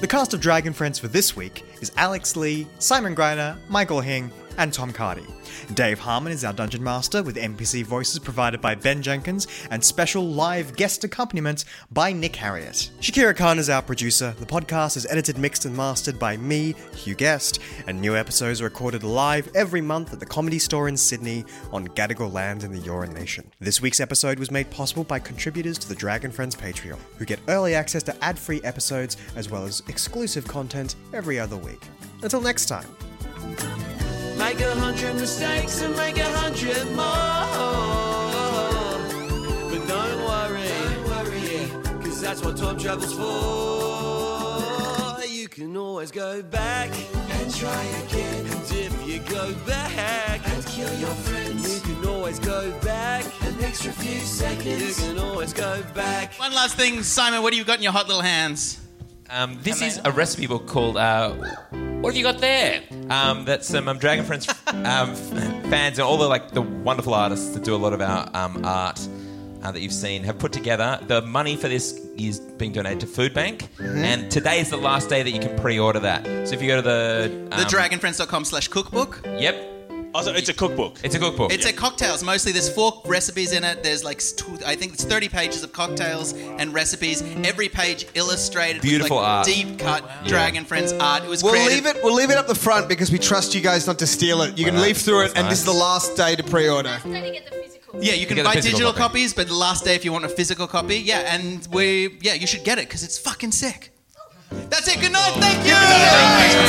S10: The cast of Dragon Friends for this week is Alex Lee, Simon Greiner, Michael Hing, and Tom Cardy. Dave Harmon is our Dungeon Master, with NPC voices provided by Ben Jenkins and special live guest accompaniment by Nick Harriott. Shakira Khan is our producer. The podcast is edited, mixed, and mastered by me, Hugh Guest, and new episodes are recorded live every month at the Comedy Store in Sydney on Gadigal land in the Yoran Nation. This week's episode was made possible by contributors to the Dragon Friends Patreon, who get early access to ad-free episodes as well as exclusive content every other week. Until next time.
S5: Make a hundred mistakes and make a hundred more. But don't worry, don't worry, cause that's what time travel's for. You can always go back and try again. And if you go back and kill your friends, you can always go back an extra few seconds. You can always go back.
S2: One last thing, Simon, what do you got in your hot little hands?
S8: Um, this is a recipe book called uh, "What Have You Got There?" Um, that some um, Dragon Friends um, fans and all the like the wonderful artists that do a lot of our um, art uh, that you've seen have put together. The money for this is being donated to Food Bank,
S2: Mm-hmm.
S8: and today is the last day that you can pre-order that. So if you go to the um,
S2: Thedragonfriends.com slash cookbook.
S8: yep,
S6: Also, it's a cookbook.
S8: it's a cookbook.
S2: It's a cocktails mostly. There's four recipes in it. There's like two, I think it's 30 pages of cocktails and recipes. Every page illustrated
S8: Beautiful
S2: with like
S8: art.
S2: deep cut Dragon Friends art. It was
S3: We'll
S2: created-
S3: leave it. We'll leave it up the front because we trust you guys not to steal it. You can leaf through it,
S8: that's
S3: and this is the
S8: nice.
S3: last day to pre-order.
S2: Yeah, you can
S8: get a
S2: buy
S8: physical
S2: digital
S8: copy.
S2: copies, but the last day if you want a physical copy, yeah, and we, yeah, you should get it because it's fucking sick. That's it. Good night. Thank you.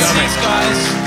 S8: Thanks, guys.